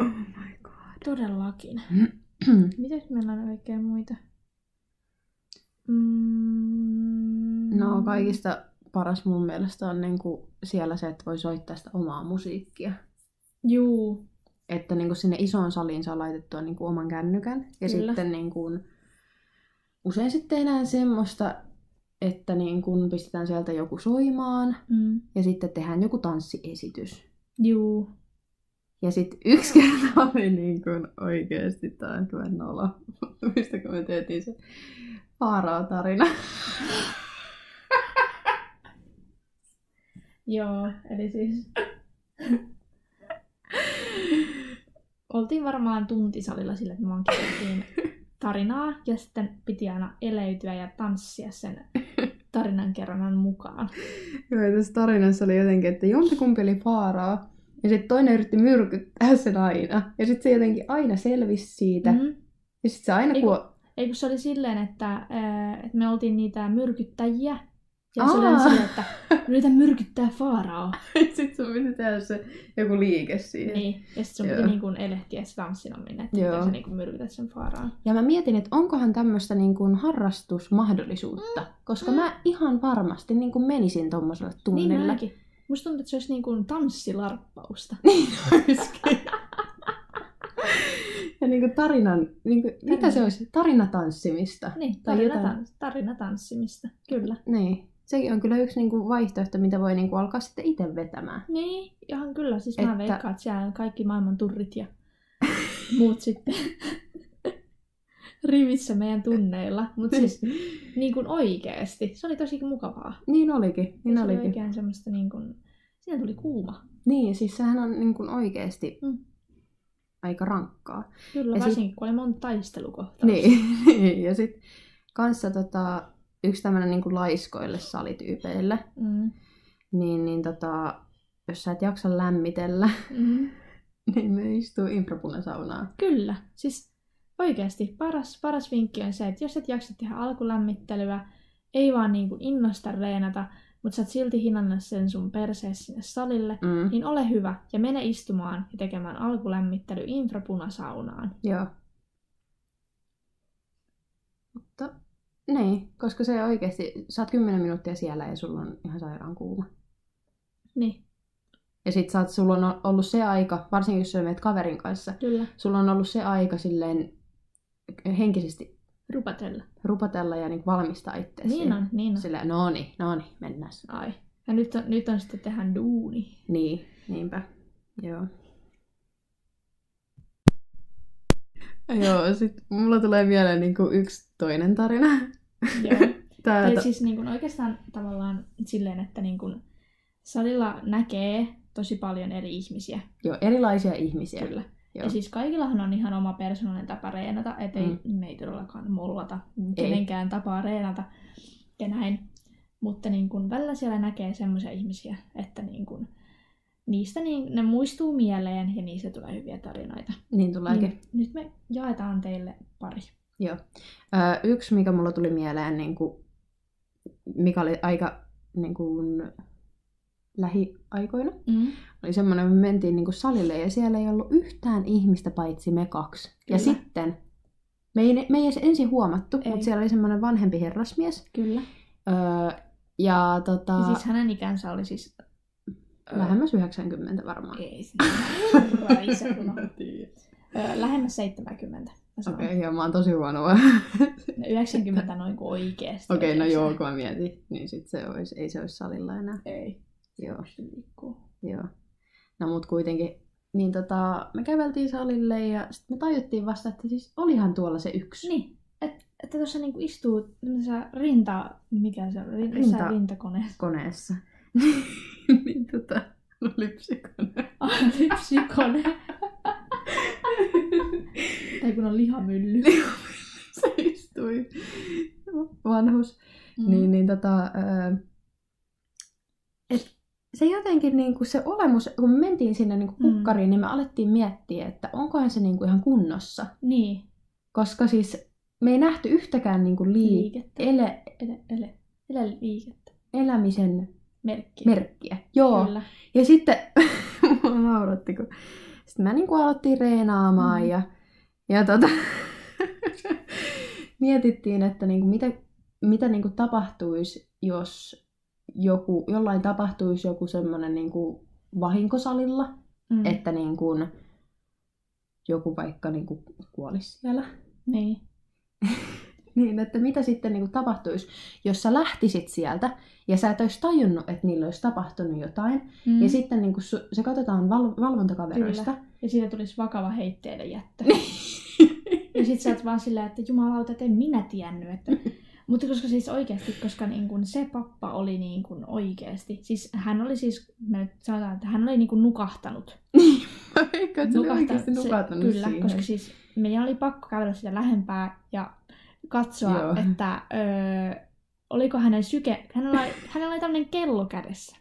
A: Oh my god.
B: Todellakin. Mitäs meillä on oikein muita? Mm...
A: <clears throat> No kaikista paras mun mielestä on niinku siellä se, että voi soittaa sitä omaa musiikkia.
B: Juu,
A: Että niinku sinne isoon saliin saa laitettua niinku oman kännykän. Ja
B: Kyllä.
A: sitten niinku, usein sitten tehdään semmoista, että niinku pistetään sieltä joku soimaan
B: mm.
A: ja sitten tehdään joku tanssiesitys.
B: juu.
A: Ja sitten yksi <laughs> kerta oli niin kuin oikeasti, tämä on kyllä nolo, <laughs> mutta mistä kun me tehtiin se Faaraa tarina.
B: Joo, eli siis... Oltiin varmaan tuntisalilla sillä, että me
A: <laughs>
B: vaan kirjoitettiin tarinaa ja sitten piti aina eleytyä ja tanssia
A: <laughs>
B: sen tarinan kerronnan mukaan.
A: <laughs> Joo, ja tässä tarinassa oli jotenkin, että jompikumpi oli Faaraa, ja sitten toinen yritti myrkyttää sen aina. Ja sitten se jotenkin aina selvisi siitä. Mm-hmm.
B: Mm-hmm.
A: Ja sitten se aina
B: Eiku-
A: kuo... <laughs>
B: Ei kun se oli silleen, että, ää, että me oltiin niitä myrkyttäjiä. Ja se
A: Aa.
B: oli aina silleen, että yritä myrkyttää Faaraoa.
A: sitten sun piti tehdä se joku liike siihen.
B: Niin, ja sitten sun piti
A: Joo.
B: niin kuin elehtiä se tanssinaminen, että
A: Joo.
B: miten sä niin kuin myrkytät sen faaraan. Niin
A: Ja mä mietin, että onkohan tämmöistä niin kuin harrastusmahdollisuutta, mm. koska
B: Mm.
A: mm. mä ihan varmasti niin kuin menisin tuommoiselle
B: Niin
A: tunnille.
B: mäkin. Musta tuntuu, että se niinku
A: <laughs>
B: olisi niin kuin tanssilarppausta.
A: Niin olisikin. Ja niin kuin tarinan, niin kuin, mitä se olisi? Tarinatanssimista.
B: Niin,
A: No, Tai
B: tarina,
A: jotain.
B: tans, tarina tanssimista, kyllä.
A: Niin. Sekin on kyllä yksi niin kuin vaihtoehto, mitä voi niin kuin alkaa sitten itse vetämään.
B: Niin, ihan kyllä. Siis
A: Että-
B: mä veikkaan, että siellä on kaikki maailman turrit ja muut <laughs> sitten rivissä meidän tunneilla. Mutta siis <laughs> niin kuin oikeesti. Se oli tosi mukavaa.
A: niin olikin, niin
B: se oli
A: olikin.
B: oikein semmoista niin kuin... Siinä tuli kuuma.
A: Niin, siis sehän on niin kuin oikeasti
B: Mm.
A: aika rankkaa.
B: Kyllä,
A: Ja sit-
B: varsinkin kun oli monta taistelukohtaa.
A: <laughs> Niin. ja sitten kanssa tota, yksi tämmöinen niin laiskoille salityypeille,
B: Mm.
A: niin, niin tota, jos sä et jaksa lämmitellä, <laughs>
B: Mm.
A: niin me istuu impropunasaunaan.
B: Kyllä, siis oikeasti paras, paras vinkki on se, että jos et jaksa tehdä alkulämmittelyä, ei vaan niin kuin innosta reenata, mutta sä oot silti hinannut sen sun perseessä sinne salille,
A: Mm.
B: niin ole hyvä ja mene istumaan ja tekemään alkulämmittely infrapunasaunaan.
A: Joo. Mutta niin, koska se oikeasti, sä oot 10 minuuttia siellä ja sulla on ihan sairaan kuuma.
B: Niin,
A: Ja sit sä oot, sulla on ollut se aika, varsinkin jos sä menet kaverin kanssa,
B: kyllä,
A: sulla on ollut se aika silleen henkisesti
B: rupatella.
A: rupatella ja niin valmistaa itseäsi.
B: Niin on, niin on.
A: Silleen, no niin, no niin, mennään.
B: Ai. Ja nyt on, nyt on sitten tehdä duuni.
A: <laughs> Niin, niinpä. Joo. Joo, sit mulla tulee mieleen niinku yksi toinen tarina.
B: Joo.
A: Tää,
B: Tai siis niin kuin oikeastaan tavallaan silleen, että niin kuin salilla näkee tosi paljon eri ihmisiä.
A: Joo, erilaisia ihmisiä.
B: Kyllä.
A: Joo.
B: Ja siis kaikillahan on ihan oma persoonallinen tapa reenata, ettei mm. me ei todellakaan mollata kenenkään tapaa reenata ja näin. Mutta niin kun välillä siellä näkee semmoisia ihmisiä, että niin kun niistä niin, ne muistuu mieleen ja niistä tulee hyviä tarinoita.
A: Niin tuleekin.
B: Niin, nyt me jaetaan teille pari.
A: Öö, yksi, mikä mulla tuli mieleen, niin kuin, mikä oli aika niin kuin, lähiaikoina,
B: Mm.
A: oli semmoinen, me mentiin niin kuin salille ja siellä ei ollut yhtään ihmistä paitsi me kaksi. Ja
B: Kyllä.
A: sitten, me ei, me ei edes ensin huomattu,
B: Ei.
A: mutta siellä oli semmoinen vanhempi herrasmies.
B: Kyllä.
A: Öö, ja tota,
B: Ja siis hänen ikänsä oli siis... ö,
A: lähemmäs 90 varmaan.
B: Ei se. Herra isä, <laughs> kun on.
A: Mä tiedän.
B: Ö, Lähemmäs 70. mä sanon.
A: Okei, okay, joo, mä oon tosi huono.
B: 90 noin kuin oikeesti.
A: <laughs> Okei, okay, no
B: oikeesti.
A: joo, kun mä mietin, niin sit se olisi, ei se olisi salilla enää.
B: Ei.
A: Joo,
B: Se liikkuu.
A: joo. No mut kuitenkin, niin tota, me käveltiin salille ja sitten me tajuttiin vasta, että siis olihan tuolla se yksi.
B: Niin, et, että tuossa niinku istuu tämmöisessä rinta... Mikä se on? Rin,
A: Rinta-
B: rinta. rintakone. <laughs>
A: Koneessa. <laughs> niin tota, lypsikone.
B: Lypsikone. <laughs> tai kun on lihamylly.
A: se istui. Vanhus. <laughs>
B: Mm.
A: Niin, niin tota, öö, et se jotenkin niinku se olemus, kun me mentiin sinne niinku
B: Mm.
A: kukkariin, niin me alettiin miettiä, että onkohan se niinku ihan kunnossa.
B: niin.
A: Koska siis me ei nähty yhtäkään niinku lii-
B: Liikettä.
A: ele-
B: Ele, ele, ele liikettä.
A: elämisen
B: Merkki.
A: merkkiä. Joo. Kyllä.
B: Kyllä.
A: Ja sitten <laughs> mua nauratti, kun sitten mä niinku aloittiin reenaamaan
B: Mm.
A: mm. ja, ja tota, <laughs> mietittiin, että niinku mitä, mitä niinku tapahtuisi, jos joku, jollain tapahtuisi joku semmoinen niinku vahinkosalilla, mm.
B: Mm.
A: että niinku joku vaikka niinku kuolisi siellä.
B: Niin.
A: Niin, että mitä sitten niinku tapahtuisi, jos sä lähtisit sieltä ja sä et olisi tajunnut, että niillä olisi tapahtunut jotain,
B: Mm.
A: ja sitten niin kun su- se katsotaan val- valvontakaveroista.
B: ja siitä tulisi vakava heitteille jättö.
A: Niin.
B: ja sit sä oot vaan sillä, että jumalauta, että en minä tiennyt.
A: <laughs>
B: Että... Mutta koska siis oikeasti, koska niin kun se pappa oli niin kun oikeasti, siis hän oli siis, me nyt sanotaan, että hän oli niin kun nukahtanut. <laughs>
A: Eikä se oli oikeasti nukahtanut
B: Kyllä,
A: siihen.
B: koska siis meidän oli pakko käydä sitä lähempää ja katsoa,
A: Joo.
B: että öö, oliko hänen syke, hänellä,
A: <laughs>
B: oli- hänellä oli tämmöinen kello kädessä.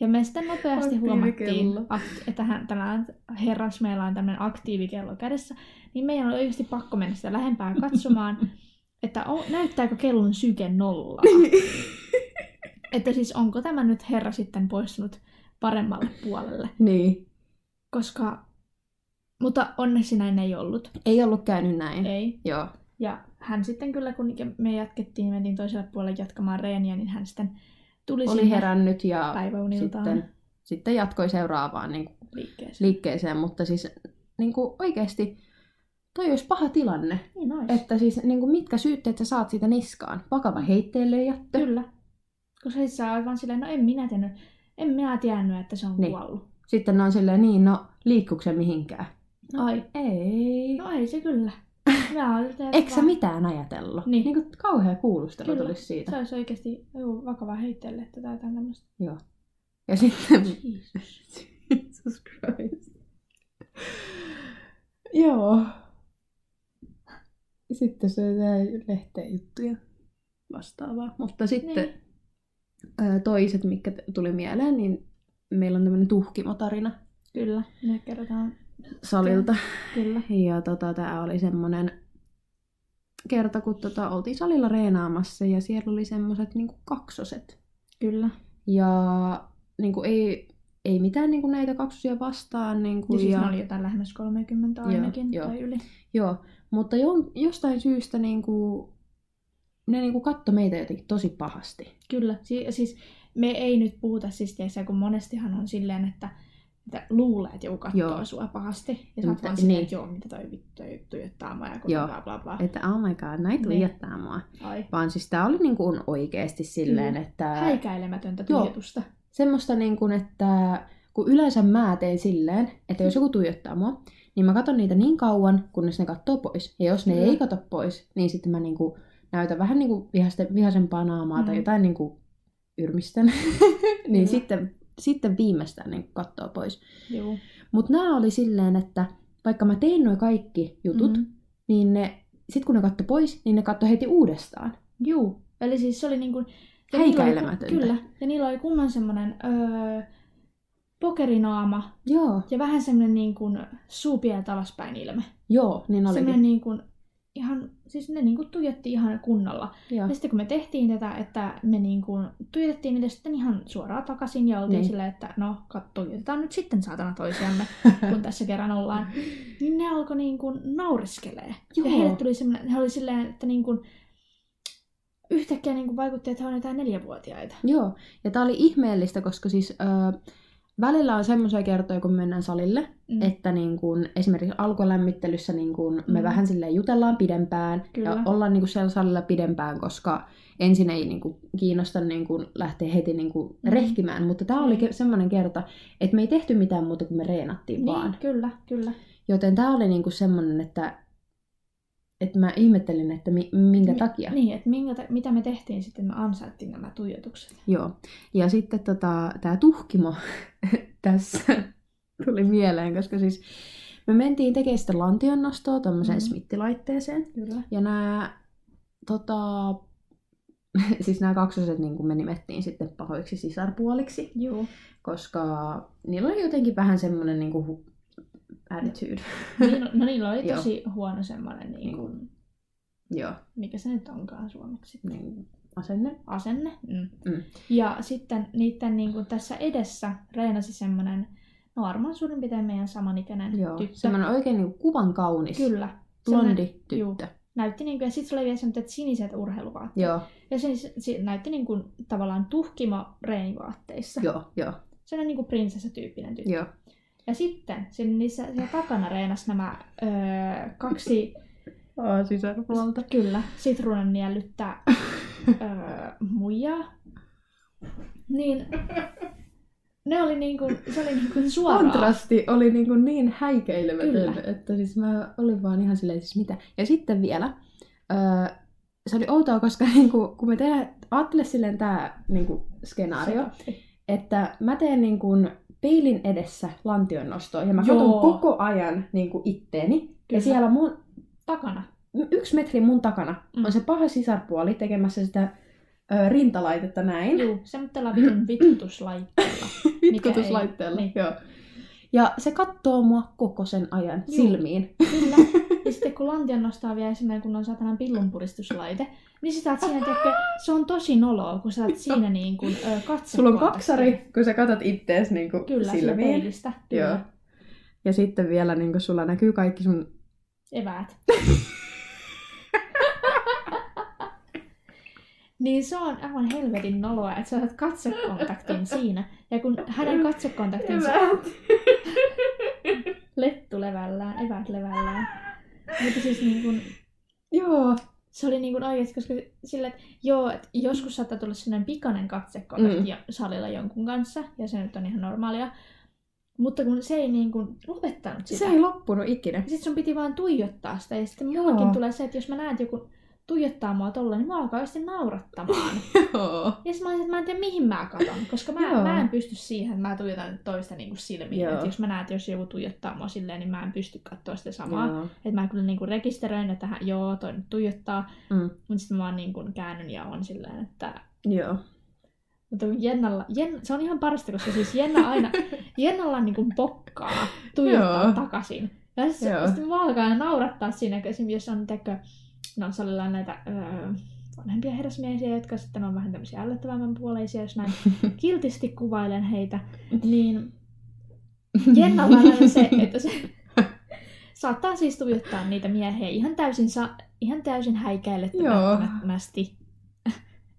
B: Ja me sitten nopeasti huomattiin,
A: Aktiivikello.
B: akti- että hän, tänään herras meillä on tämmöinen aktiivikello kädessä, niin meidän oli oikeasti pakko mennä sitä lähempää
A: <laughs>
B: katsomaan, että on, näyttääkö kellon syke nollaa.
A: Niin.
B: että siis onko tämä nyt herra sitten poistunut paremmalle puolelle.
A: Niin.
B: Koska, mutta onneksi näin ei ollut.
A: Ei ollut käynyt näin.
B: Ei.
A: Joo.
B: Ja hän sitten kyllä, kun me jatkettiin, mentiin toiselle puolelle jatkamaan reeniä, niin hän sitten tuli
A: Oli
B: sinne
A: herännyt ja
B: päiväuniltaan
A: sitten, sitten jatkoi seuraavaan niin
B: liikkeeseen.
A: liikkeeseen. Mutta siis niin kuin oikeasti niinku Toi olisi paha tilanne.
B: Niin olisi. Et...
A: Että siis niin kuin mitkä syytteet sä saat siitä niskaan? Vakava heitteelle jättö.
B: Kyllä. Koska sit sä oot vaan silleen, no en minä tiennyt, en minä tiennyt, että se on
A: Niin.
B: niin. kuollut.
A: Sitten ne on silleen, niin no, liikkuuko se mihinkään?
B: No, Ai.
A: Ei.
B: No ei se kyllä.
A: <laughs>
B: Mä ajattelin,
A: Eikö sä mitään ajatellut?
B: Niin.
A: niin kuin kauhea kuulustelu
B: Kyllä.
A: tulisi siitä.
B: Se olisi oikeasti juu, vakava heitteelle että tai
A: <laughs>
B: jotain tämmöistä.
A: Ja sitten...
B: Jeesus.
A: Jesus Christ. Joo. Sitten se jäi lehteen juttuja vastaavaa. Mutta sitten
B: Niin.
A: niin. toiset, mikä t- tuli mieleen, niin meillä on tämmöinen tuhkimotarina
B: Kyllä, me kerrotaan.
A: salilta.
B: Kyllä.
A: Ja tota, tämä oli semmoinen kerta, kun tota, oltiin salilla reenaamassa ja siellä oli semmoiset niinku kaksoset.
B: Kyllä.
A: Ja niinku, ei, ei mitään niinku, näitä kaksosia vastaan. Niinku,
B: Ja siis ne oli jotain lähemmäs 30
A: Joo,
B: ainakin
A: joo.
B: tai yli.
A: Joo, mutta jo, jostain syystä niinku, ne niinku katto meitä jotenkin tosi pahasti.
B: Kyllä, si- siis me ei nyt puhuta siis teissä, kun monestihan on silleen, että, että luulee, että joku katsoo
A: Joo.
B: joo. sua pahasti. Ja sä oot
A: Mutta-
B: vaan silleen,
A: niin.
B: että joo, mitä toi vittu ei tuijottaa mua ja kun
A: Joo.
B: bla bla bla. Et...
A: Että oh my god, näitä
B: Niin.
A: tuijottaa mua.
B: Ai.
A: Vaan siis tää oli niinku oikeesti silleen,
B: Kyllä.
A: että...
B: Häikäilemätöntä
A: Joo.
B: tuijotusta.
A: Semmoista niinku, että kun yleensä mä teen silleen, että jos joku tuijottaa mua, niin mä katon niitä niin kauan, kunnes ne katsoo pois. Ja jos ne
B: Kyllä.
A: ei kato pois, niin sitten mä niinku näytän vähän niinku vihaste, vihaisempaa naamaa tai
B: Mm.
A: jotain niinku yrmistän. <laughs>
B: Kyllä.
A: niin sitten, sitten viimeistään niinku katsoo pois.
B: Joo.
A: Mutta nämä oli silleen, että vaikka mä tein nuo kaikki jutut, mm-hmm.
B: Mm.
A: niin ne, sit kun ne katto pois, niin ne katto heti uudestaan.
B: Juu. Eli siis se oli niinku... ja niillä oli-
A: Häikäilemätöntä.
B: Kyllä. Ja niillä oli kunnon semmonen öö, pokerinaama
A: Joo.
B: ja vähän semmonen niin kuin suupieltä alaspäin ilme.
A: Joo, niin oli.
B: Semmonen niin kuin ihan, siis ne niin kuin tuijotti ihan kunnolla.
A: Joo.
B: Ja sitten kun me tehtiin tätä, että me niin kuin tuijotettiin niitä sitten ihan suoraan takaisin ja oltiin
A: Niin.
B: niin. silleen, että no kat, tuijotetaan nyt sitten saatana
A: <laughs>
B: toisiamme, kun tässä kerran ollaan. Niin ne alkoi niin kuin naureskelee.
A: <laughs>
B: Ja heille tuli semmoinen, he oli silleen, että niin kuin yhtäkkiä niin kuin vaikutti, että he on jotain neljävuotiaita.
A: Joo. Ja tää oli ihmeellistä, koska siis öö, välillä on semmoisia kertoja, kun mennään salille,
B: Mm.
A: että niin kun, esimerkiksi alkulämmittelyssä niin kun, me
B: Mm.
A: vähän silleen jutellaan pidempään ja
B: Kyllä.
A: ollaan niin kun, siellä salilla pidempään, koska ensin ei niin kun, kiinnosta niin kun, lähteä heti niin kun,
B: Mm.
A: rehkimään. Mutta tämä oli
B: Niin.
A: ke- semmoinen kerta, että me ei tehty mitään muuta kuin me reenattiin vaan.
B: Niin, kyllä, kyllä.
A: Joten tämä oli niinku semmoinen, että, että mä ihmettelin, että mi, minkä
B: Ni-
A: takia.
B: Niin, että minkä, ta- mitä me tehtiin sitten, me ansaittiin nämä tuijotukset.
A: Joo. Ja sitten tota, tämä tuhkimo <laughs> tässä tuli mieleen, koska siis me mentiin tekemään sitä lantionnostoa tuommoiseen
B: Mhm.
A: mm-hmm. smittilaitteeseen.
B: Kyllä.
A: Ja nämä tota, <laughs> siis nämä kaksoset niin me nimettiin sitten pahoiksi sisarpuoliksi,
B: Joo.
A: koska niillä oli jotenkin vähän semmoinen niin kuin, attitude. <laughs>
B: Niin, no niillä oli
A: Joo.
B: tosi huono semmoinen, niin
A: Niinku-
B: kuin,
A: Joo,
B: mikä se nyt onkaan suomeksi.
A: niin asenne.
B: asenne. Mm.
A: Mm.
B: Mm. Ja sitten niiden niin kuin tässä edessä reenasi semmoinen, no varmaan suurin piirtein meidän samanikäinen
A: Joo,
B: tyttö.
A: semmoinen oikein niin kuvan kaunis.
B: Kyllä.
A: Blondi
B: Semmoinen-
A: tyttö.
B: juu. Näytti niin kuin, ja sitten se oli vielä semmoiset siniset urheiluvaatteet.
A: Joo,
B: Ja se, se näytti niin kuin, tavallaan tuhkima reenivaatteissa.
A: joo, joo,
B: Semmoinen niin kuin prinsessatyyppinen tyttö.
A: joo.
B: Ja sitten siellä, niissä, siellä takana reenasi nämä öö, kaksi,
A: Aa, sisarpuolta.
B: kyllä, sitruunan niellyttä öö, muijaa. Niin ne oli niinku, se oli niinku suoraan.
A: Kontrasti oli niin, kuin niin häikeilemätön,
B: Kyllä.
A: että siis mä olin vaan ihan silleen, siis mitä. Ja sitten vielä, öö, se oli outoa, koska <laughs> niin kuin, kun me tehdään, ajattele silleen tämä niin kuin, skenaario, että mä teen niin kuin, peilin edessä lantionnostoa ja mä
B: Joo.
A: katon koko ajan niin kuin, itteeni. Ja
B: Kyllä.
A: siellä mun
B: Takana.
A: yksi metri mun takana
B: Mm.
A: on se paha sisarpuoli tekemässä sitä ö, rintalaitetta näin.
B: Juu, semmoittella vitun
A: Mm.
B: vittutuslaitteella.
A: Vitkutuslaitteella.
B: Mikä ei-
A: Joo. Niin. Ja se kattoo mua koko sen ajan Juu.
B: Juu.
A: silmiin.
B: Kyllä. Ja sitten kun lantion nostaa vielä esimerkiksi, kun on saatanan pillunpuristuslaite, niin sitä oot siinä, tiedätkö, se on tosi noloa, kun sä oot siinä niin kuin ö, katse
A: Sulla on kaksari, kun sä katot ittees niinku
B: Kyllä, sillä
A: silmiin.
B: peilistä.
A: Joo.
B: Kyllä.
A: Ja sitten vielä niinku sulla näkyy kaikki sun...
B: Eväät. niin se on aivan helvetin noloa, että sä saat katsekontaktin siinä. Ja kun hänen katsekontaktinsa lettu levällään, evät levällään. Mutta siis niin kuin,
A: Joo.
B: se oli niin kuin oikeasti, koska sillä, että joo, että joskus saattaa tulla sellainen pikainen katsekontakti mm. salilla jonkun kanssa, ja se nyt on ihan normaalia. Mutta kun se ei niin kuin lopettanut sitä.
A: Se ei loppunut ikinä.
B: Sitten sun piti vaan tuijottaa sitä, ja sitten
A: Joo.
B: mullakin tulee se, että jos mä näen, että joku tuijottaa mua tolleen, niin mua alkaa sitten
A: <laughs>
B: naurattamaan.
A: <laughs> Joo.
B: Ja sitten mä olisin, että mä en tiedä mihin mä katon, koska
A: Joo.
B: mä, mä en pysty siihen, että mä tuijotan nyt toista niin kuin silmiin.
A: Joo.
B: Et jos mä näen, että jos joku tuijottaa mua silleen, niin mä en pysty katsoa sitä samaa.
A: Joo.
B: Että mä kyllä niin kuin rekisteröin, että hän, joo, toi nyt tuijottaa,
A: Mm.
B: mutta sitten mä vaan niin kuin käännyn ja on silleen, että...
A: Joo.
B: Mutta kun Jennalla, Jen, se on ihan parasta, koska siis Jenna
A: <laughs>
B: aina, Jennalla niin kuin pokkaa, tuijottaa
A: Joo.
B: joo. takaisin. Ja
A: Joo.
B: sitten sit mä alkaa naurattaa siinä, kun esimerkiksi jos on, teikö, no salilla on näitä öö, vanhempia herrasmiesiä, jotka sitten on vähän tämmöisiä ällöttävämmän
A: <laughs>
B: puoleisia, jos näin kiltisti kuvailen heitä, niin Jennalla on
A: <laughs>
B: aina se, että se saattaa siis tuijottaa niitä miehiä ihan täysin, sa- ihan täysin häikäilemättömästi.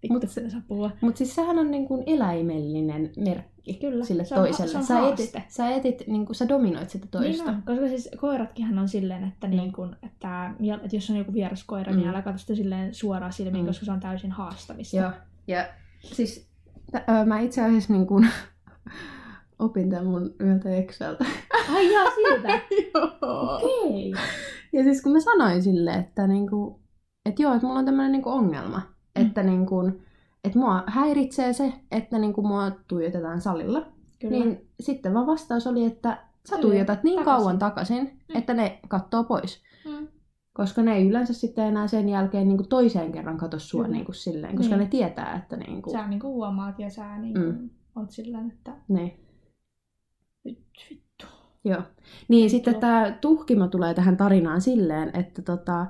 A: Mut
B: Vittu,
A: se-
B: se saa puhua.
A: Mutta siis sehän on niin kuin eläimellinen merkki
B: Kyllä,
A: sille
B: se on ha-
A: toiselle.
B: se on
A: sä, etit,
B: haaste.
A: sä, etit, niin kuin, sä dominoit sitä toista.
B: Niin on, koska siis koiratkinhan on silleen, että,
A: Mm.
B: mm. niin kun, että, miel- että jos on joku vieras koira, mm.
A: Mm.
B: niin älä katso sitä silleen suoraan silmiin,
A: Mm.
B: mm. koska se on täysin haastamista.
A: Joo. Ja siis t- ö, mä itse asiassa niin kuin, <laughs> opin tämän mun yhdeltä Exceltä.
B: <laughs> Ai jaa, siltä!
A: <laughs> Joo.
B: Okei!
A: Ja siis kun mä sanoin sille, että niinku, et joo, että mulla on tämmöinen niinku ongelma, mm.
B: Mm.
A: että niinku, et mua häiritsee se, että niinku mua tuijotetaan salilla,
B: Kyllä.
A: niin sitten vaan vastaus oli, että sä
B: Kyllä,
A: tuijotat niin
B: takaisin.
A: kauan takaisin, mm. että ne kattoo pois.
B: Mm.
A: Koska ne ei yleensä sitten enää sen jälkeen niinku toiseen kerran katso sua
B: Kyllä.
A: niinku silleen, koska
B: Niin.
A: ne tietää, että niinku,
B: Sä niinku huomaat ja sä niinku mm. oot silleen, että
A: niin.
B: nyt vittu.
A: Joo. Niin,
B: Joo.
A: sitten tämä tuhkimo tulee tähän tarinaan silleen, että tota,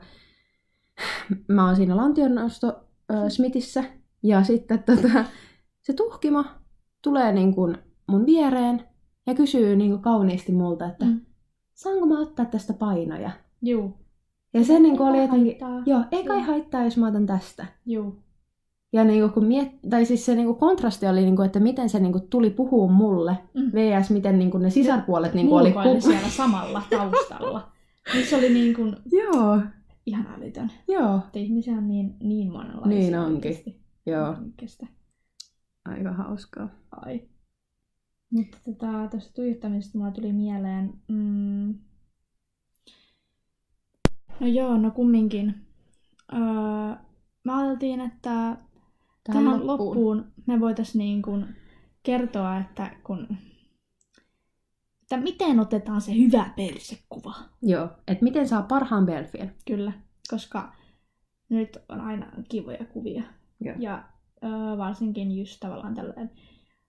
A: mä oon siinä lantionnosto
B: Hmm.
A: ö, Smithissä, ja sitten tota, se tuhkimo tulee niin kun mun viereen ja kysyy niin kun kauniisti multa, että
B: Mm.
A: saanko mä ottaa tästä painoja?
B: Juu.
A: Ja se niin kun oli
B: Ei
A: jotenkin,
B: haittaa.
A: joo, ei kai
B: Joo.
A: haittaa, jos mä otan tästä.
B: Juu.
A: Ja niin kun miet- tai siis se niin kun kontrasti oli, niin kun, että miten se niin kun tuli puhuu mulle,
B: Mm.
A: vs. miten niin kun ne sisarpuolet niin kun oli...
B: Mulkoili siellä samalla
A: <laughs>
B: taustalla. niin se oli niin kuin
A: Joo,
B: ihan älytön.
A: joo.
B: Että ihmisiä on niin, niin monenlaisia.
A: Niin onkin.
B: oikeesti.
A: Joo,
B: Oikeesti.
A: aika hauskaa.
B: Ai. Mutta tota, tuosta tuijottamisesta mulla tuli mieleen... Mm, no joo, no kumminkin. Öö, mä ajattelin, että tähän,
A: Tähän,
B: tähän loppuun. loppuun me voitais niin kuin kertoa, että kun että miten otetaan se hyvä persekuva.
A: Joo, että miten saa parhaan belfien.
B: Kyllä, koska nyt on aina kivoja kuvia.
A: Joo.
B: Ja ö, varsinkin just tavallaan tällainen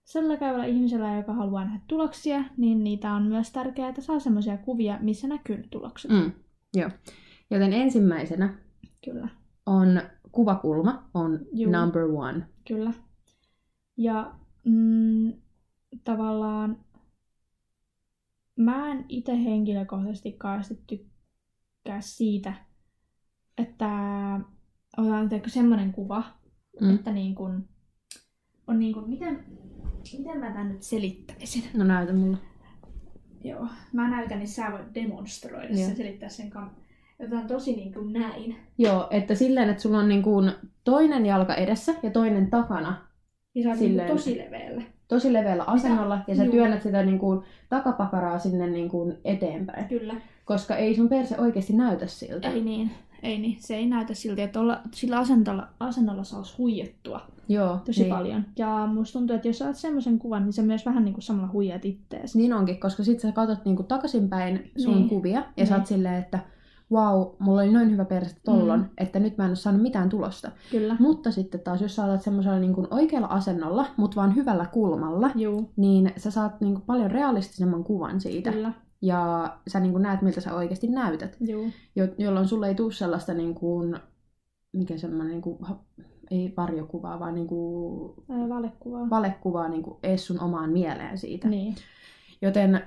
B: sillä käyvällä ihmisellä, joka haluaa nähdä tuloksia, niin niitä on myös tärkeää, että saa semmoisia kuvia, missä näkyy ne tulokset.
A: Mm. Joo. Joten ensimmäisenä
B: Kyllä,
A: on kuvakulma, on
B: Juu.
A: number one.
B: kyllä. Ja mm, tavallaan mä en itse henkilökohtaisesti kauheasti tykkää siitä, että otan teikö semmoinen kuva,
A: Mm.
B: että niin kun, on niin kun, miten, miten mä tämän nyt selittäisin?
A: No näytä mulle.
B: Joo. Mä näytän, niin sä voit demonstroida
A: Joo.
B: sen, selittää sen kam... Jotain tosi niin kuin näin.
A: Joo, että silleen, että sulla on niin kuin toinen jalka edessä ja toinen takana
B: Ja sä oot niin
A: Silleen.
B: kuin tosi leveällä.
A: tosi leveällä asennolla ja sä
B: Juu.
A: työnnät sitä niin kuin takapakaraa sinne niin kuin eteenpäin,
B: Kyllä.
A: koska ei sun perse oikeasti näytä siltä.
B: Ei niin. Ei niin. Se ei näytä siltä, että olla, sillä asennolla, asennolla saisi huijattua
A: Joo,
B: tosi
A: niin.
B: paljon. Ja musta tuntuu, että jos sä oot semmoisen kuvan, niin sä myös vähän niin kuin samalla huijat ittees.
A: Niin onkin, koska sit sä katot niinku takaisinpäin sun niin.
B: Niin.
A: kuvia ja niin. sä oot
B: Niin.
A: silleen, että wow, mulla oli noin hyvä perse tollon, mm.
B: Mm.
A: että nyt mä en ole saanut mitään tulosta.
B: Kyllä.
A: Mutta sitten taas, jos sä otat semmoisella niinku oikealla asennolla, mutta vaan hyvällä kulmalla,
B: Juu.
A: niin sä saat niinku paljon realistisemman kuvan siitä.
B: Kyllä.
A: Ja sä niinku näet, miltä sä oikeasti näytät,
B: Juu.
A: jo- jolloin sulle ei tule sellaista niinku, mikä semmoinen, niinku, ha- ei varjokuvaa, vaan niinku
B: Ää, Valekuvaa.
A: valekuvaa niinku ees sun omaan mieleen siitä.
B: Niin.
A: Joten öö,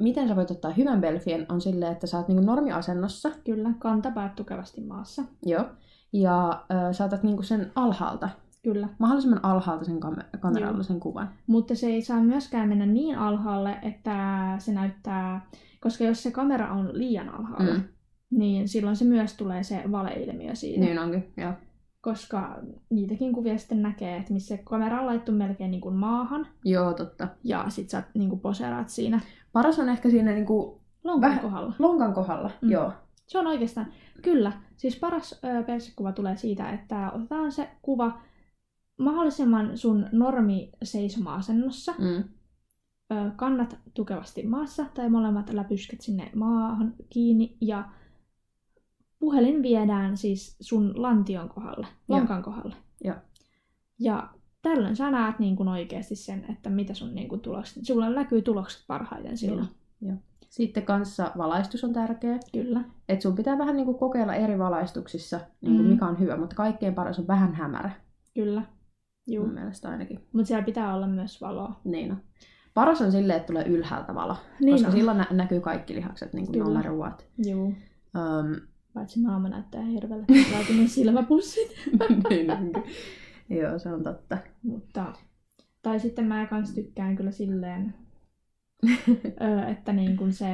A: miten sä voit ottaa hyvän belfien on silleen, että sä oot niinku normiasennossa.
B: Kyllä. Kantapäät tukevasti maassa.
A: Joo. Ja öö, sä otat niinku sen alhaalta,
B: Kyllä.
A: mahdollisimman alhaalta sen kam- kameralla
B: Joo. Mm.
A: sen kuvan.
B: Mutta se ei saa myöskään mennä niin alhaalle, että se näyttää... Koska jos se kamera on liian alhaalla,
A: Mm.
B: mm. niin silloin se myös tulee se valeilmiö siinä.
A: Niin onkin, joo.
B: Koska niitäkin kuvia sitten näkee, että missä kamera on laittu melkein niin kuin maahan
A: Joo, totta.
B: ja sit sä niin kuin poseeraat siinä
A: Paras on ehkä siinä niinku
B: lonkon
A: Väh-
B: kohdalla.
A: lonkan kohdalla,
B: Mm.
A: mm. joo.
B: Se on oikeastaan, kyllä, siis paras ö, persekuva tulee siitä, että otetaan se kuva mahdollisimman sun normi seisoma-asennossa,
A: Mm.
B: ö, kannat tukevasti maassa tai molemmat läpysket sinne maahan kiinni ja puhelin viedään siis sun lantion kohdalle,
A: Joo.
B: lonkan kohdalle.
A: Joo.
B: Ja tällöin sä näet niin kuin oikeasti sen, että mitä sun niin kuin tulokset, sulla näkyy tulokset parhaiten silloin.
A: Sitten kanssa valaistus on tärkeä.
B: Kyllä.
A: Et sun pitää vähän niinku kokeilla eri valaistuksissa, niinku
B: Mm.
A: mikä on hyvä, mutta kaikkein paras on vähän hämärä,
B: Kyllä. Juu.
A: mun
B: Mm.
A: mielestä ainakin.
B: Mutta siellä pitää olla myös valoa.
A: Niin on. Paras on silleen, että tulee ylhäältä valo,
B: Niin
A: koska
B: on.
A: silloin nä- näkyy kaikki lihakset, niinku no
B: Kyllä.
A: matter what.
B: Juu.
A: Um,
B: Paitsi naama näyttää hirveältä, kun laitin <laughs> ne silmäpussit.
A: <laughs> niin onkin. Joo, se on totta.
B: Mutta, tai sitten mä kans tykkään kyllä <laughs> silleen, ö, että niin kun se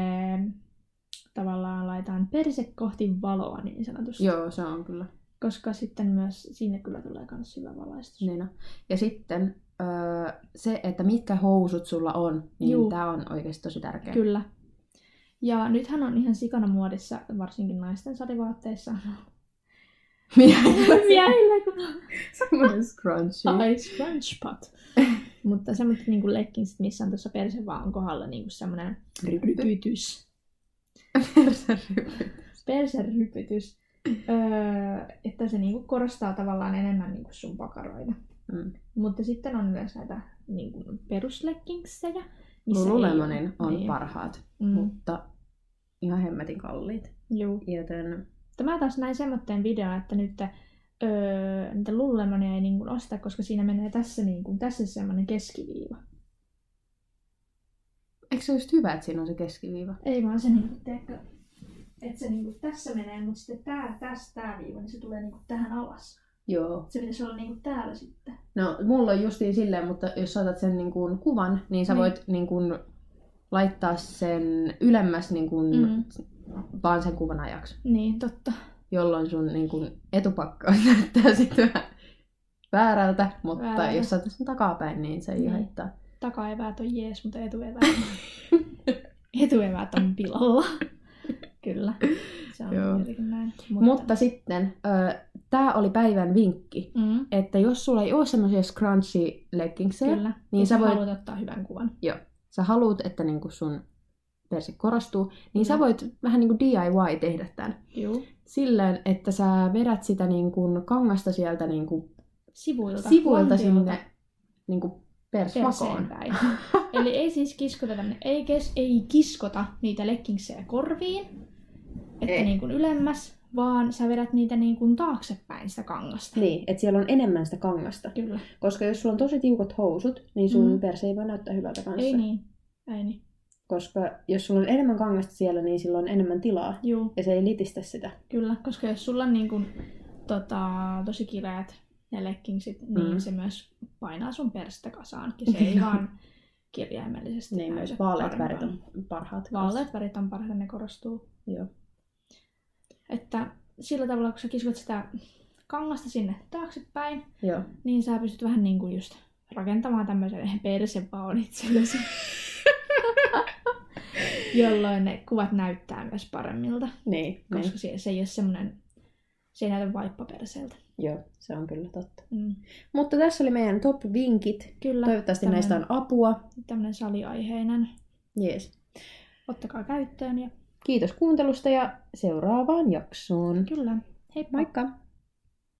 B: tavallaan laitaan perse kohti valoa niin sanotusti.
A: Joo, se on kyllä.
B: Koska sitten myös sinne kyllä tulee kans hyvä valaistus.
A: Niin on. Ja sitten öö, se, että mitkä housut sulla on,
B: Juu.
A: niin tämä on oikeasti tosi tärkeä. <laughs>
B: Kyllä. Ja nythän on ihan sikana muodissa, varsinkin naisten <laughs> sarivaatteissa.
A: <laughs>
B: Miehillä kun
A: Semmoinen scrunchie.
B: Tai scrunch
A: <laughs>
B: pot. Mutta semmoiset niinku leggingsit, missä on tuossa perse vaan kohdalla niinku semmoinen
A: Ryppy.
B: rypytys. Perserypytys. Öö, että se niinku korostaa tavallaan enemmän niinku sun pakaroita.
A: Mm.
B: Mutta sitten on myös näitä niinku perusleggingsejä. missä ei-
A: Lululemonin on
B: niin.
A: parhaat,
B: Mm,
A: mutta ihan hemmetin kalliit.
B: juu.
A: Joten
B: Mutta mä taas näin semmoinen video, että nyt öö, niitä lululemonia ei niinku osta, koska siinä menee tässä, niinku, tässä semmoinen keskiviiva.
A: eikö se just hyvä, että siinä on se keskiviiva?
B: Ei vaan se niinku, teekö, että se niinku tässä menee, mutta sitten tää, tästä tää viiva, niin se tulee niinku tähän alas.
A: Joo.
B: Se pitäisi olla niinku täällä sitten.
A: No, mulla on justiin silleen, mutta jos saatat sen niin kuin kuvan, niin sä
B: Niin.
A: voit niin kuin laittaa sen ylemmäs niin kuin
B: Mm.
A: vaan sen kuvan ajaksi,
B: Niin, totta.
A: jolloin sun niin kuin etupakka <laughs> näyttää sitten vähän väärältä, mutta
B: Väärältä.
A: jos saatat sen takapäin, niin se ei
B: Niin.
A: haittaa.
B: Takaeväät on jees, mutta etueväät <laughs> etueväät on pilalla. Kyllä, se on
A: Joo.
B: jotenkin näin.
A: Mutta sitten, tämä oli päivän vinkki,
B: mm,
A: että jos sulla ei ole semmoisia scrunchy leggingsejä,
B: kyllä,
A: niin
B: Jos
A: sä voit-
B: haluat ottaa hyvän kuvan.
A: sä haluat, että niinku sun perse korostuu, niin
B: Mm.
A: sä voit vähän niinku DIY tehdä tämän.
B: Juu.
A: Silleen, että sä vedät sitä niinku kangasta sieltä niinku
B: Sivuilta.
A: sivuilta
B: lantiolta
A: sinne niinku
B: perseen
A: persvakoon.
B: päin. Eli ei siis kiskota tänne, ei, kes, ei kiskota niitä leggingsejä korviin, että
A: Ei.
B: niin kuin ylemmäs, vaan sä vedät niitä niin kuin taaksepäin sitä kangasta.
A: Niin, että siellä on enemmän sitä kangasta.
B: Kyllä.
A: Koska jos sulla on tosi tiukat housut, niin
B: sun Mm.
A: perse ei voi näyttää hyvältä kanssa.
B: Ei niin. Ei niin.
A: Koska jos sulla on enemmän kangasta siellä, niin silloin on enemmän tilaa.
B: Juu,
A: Ja se ei litistä sitä.
B: kyllä. Koska jos sulla on niin kuin, tota, tosi kireät ne leggingsit, niin
A: Mm.
B: se myös painaa sun perstä kasaan. Ja
A: <laughs>
B: se ei vaan kirjaimellisesti
A: Niin, myös
B: näytä
A: vaaleat
B: paremmalta.
A: värit on parhaat. kanssa.
B: Vaaleat värit on parhaiten, ne korostuu.
A: Joo.
B: Että sillä tavalla, kun sä kiskot sitä kangasta sinne taaksepäin,
A: Joo.
B: niin sä pystyt vähän niin kuin just rakentamaan tämmöisen persepaon
A: <laughs>
B: itsellesi. Jolloin ne kuvat näyttää myös paremmilta,
A: Niin, niin.
B: koska se, se ei ole semmoinen, se ei näytä vaippaperseeltä.
A: Joo, se on kyllä totta.
B: Mm.
A: Mutta tässä oli meidän top-vinkit.
B: Kyllä,
A: Toivottavasti näistä on apua.
B: tämmöinen saliaiheinen.
A: Jees.
B: Ottakaa käyttöön ja
A: Kiitos kuuntelusta ja seuraavaan jaksoon.
B: kyllä, heippa!
A: Moikka!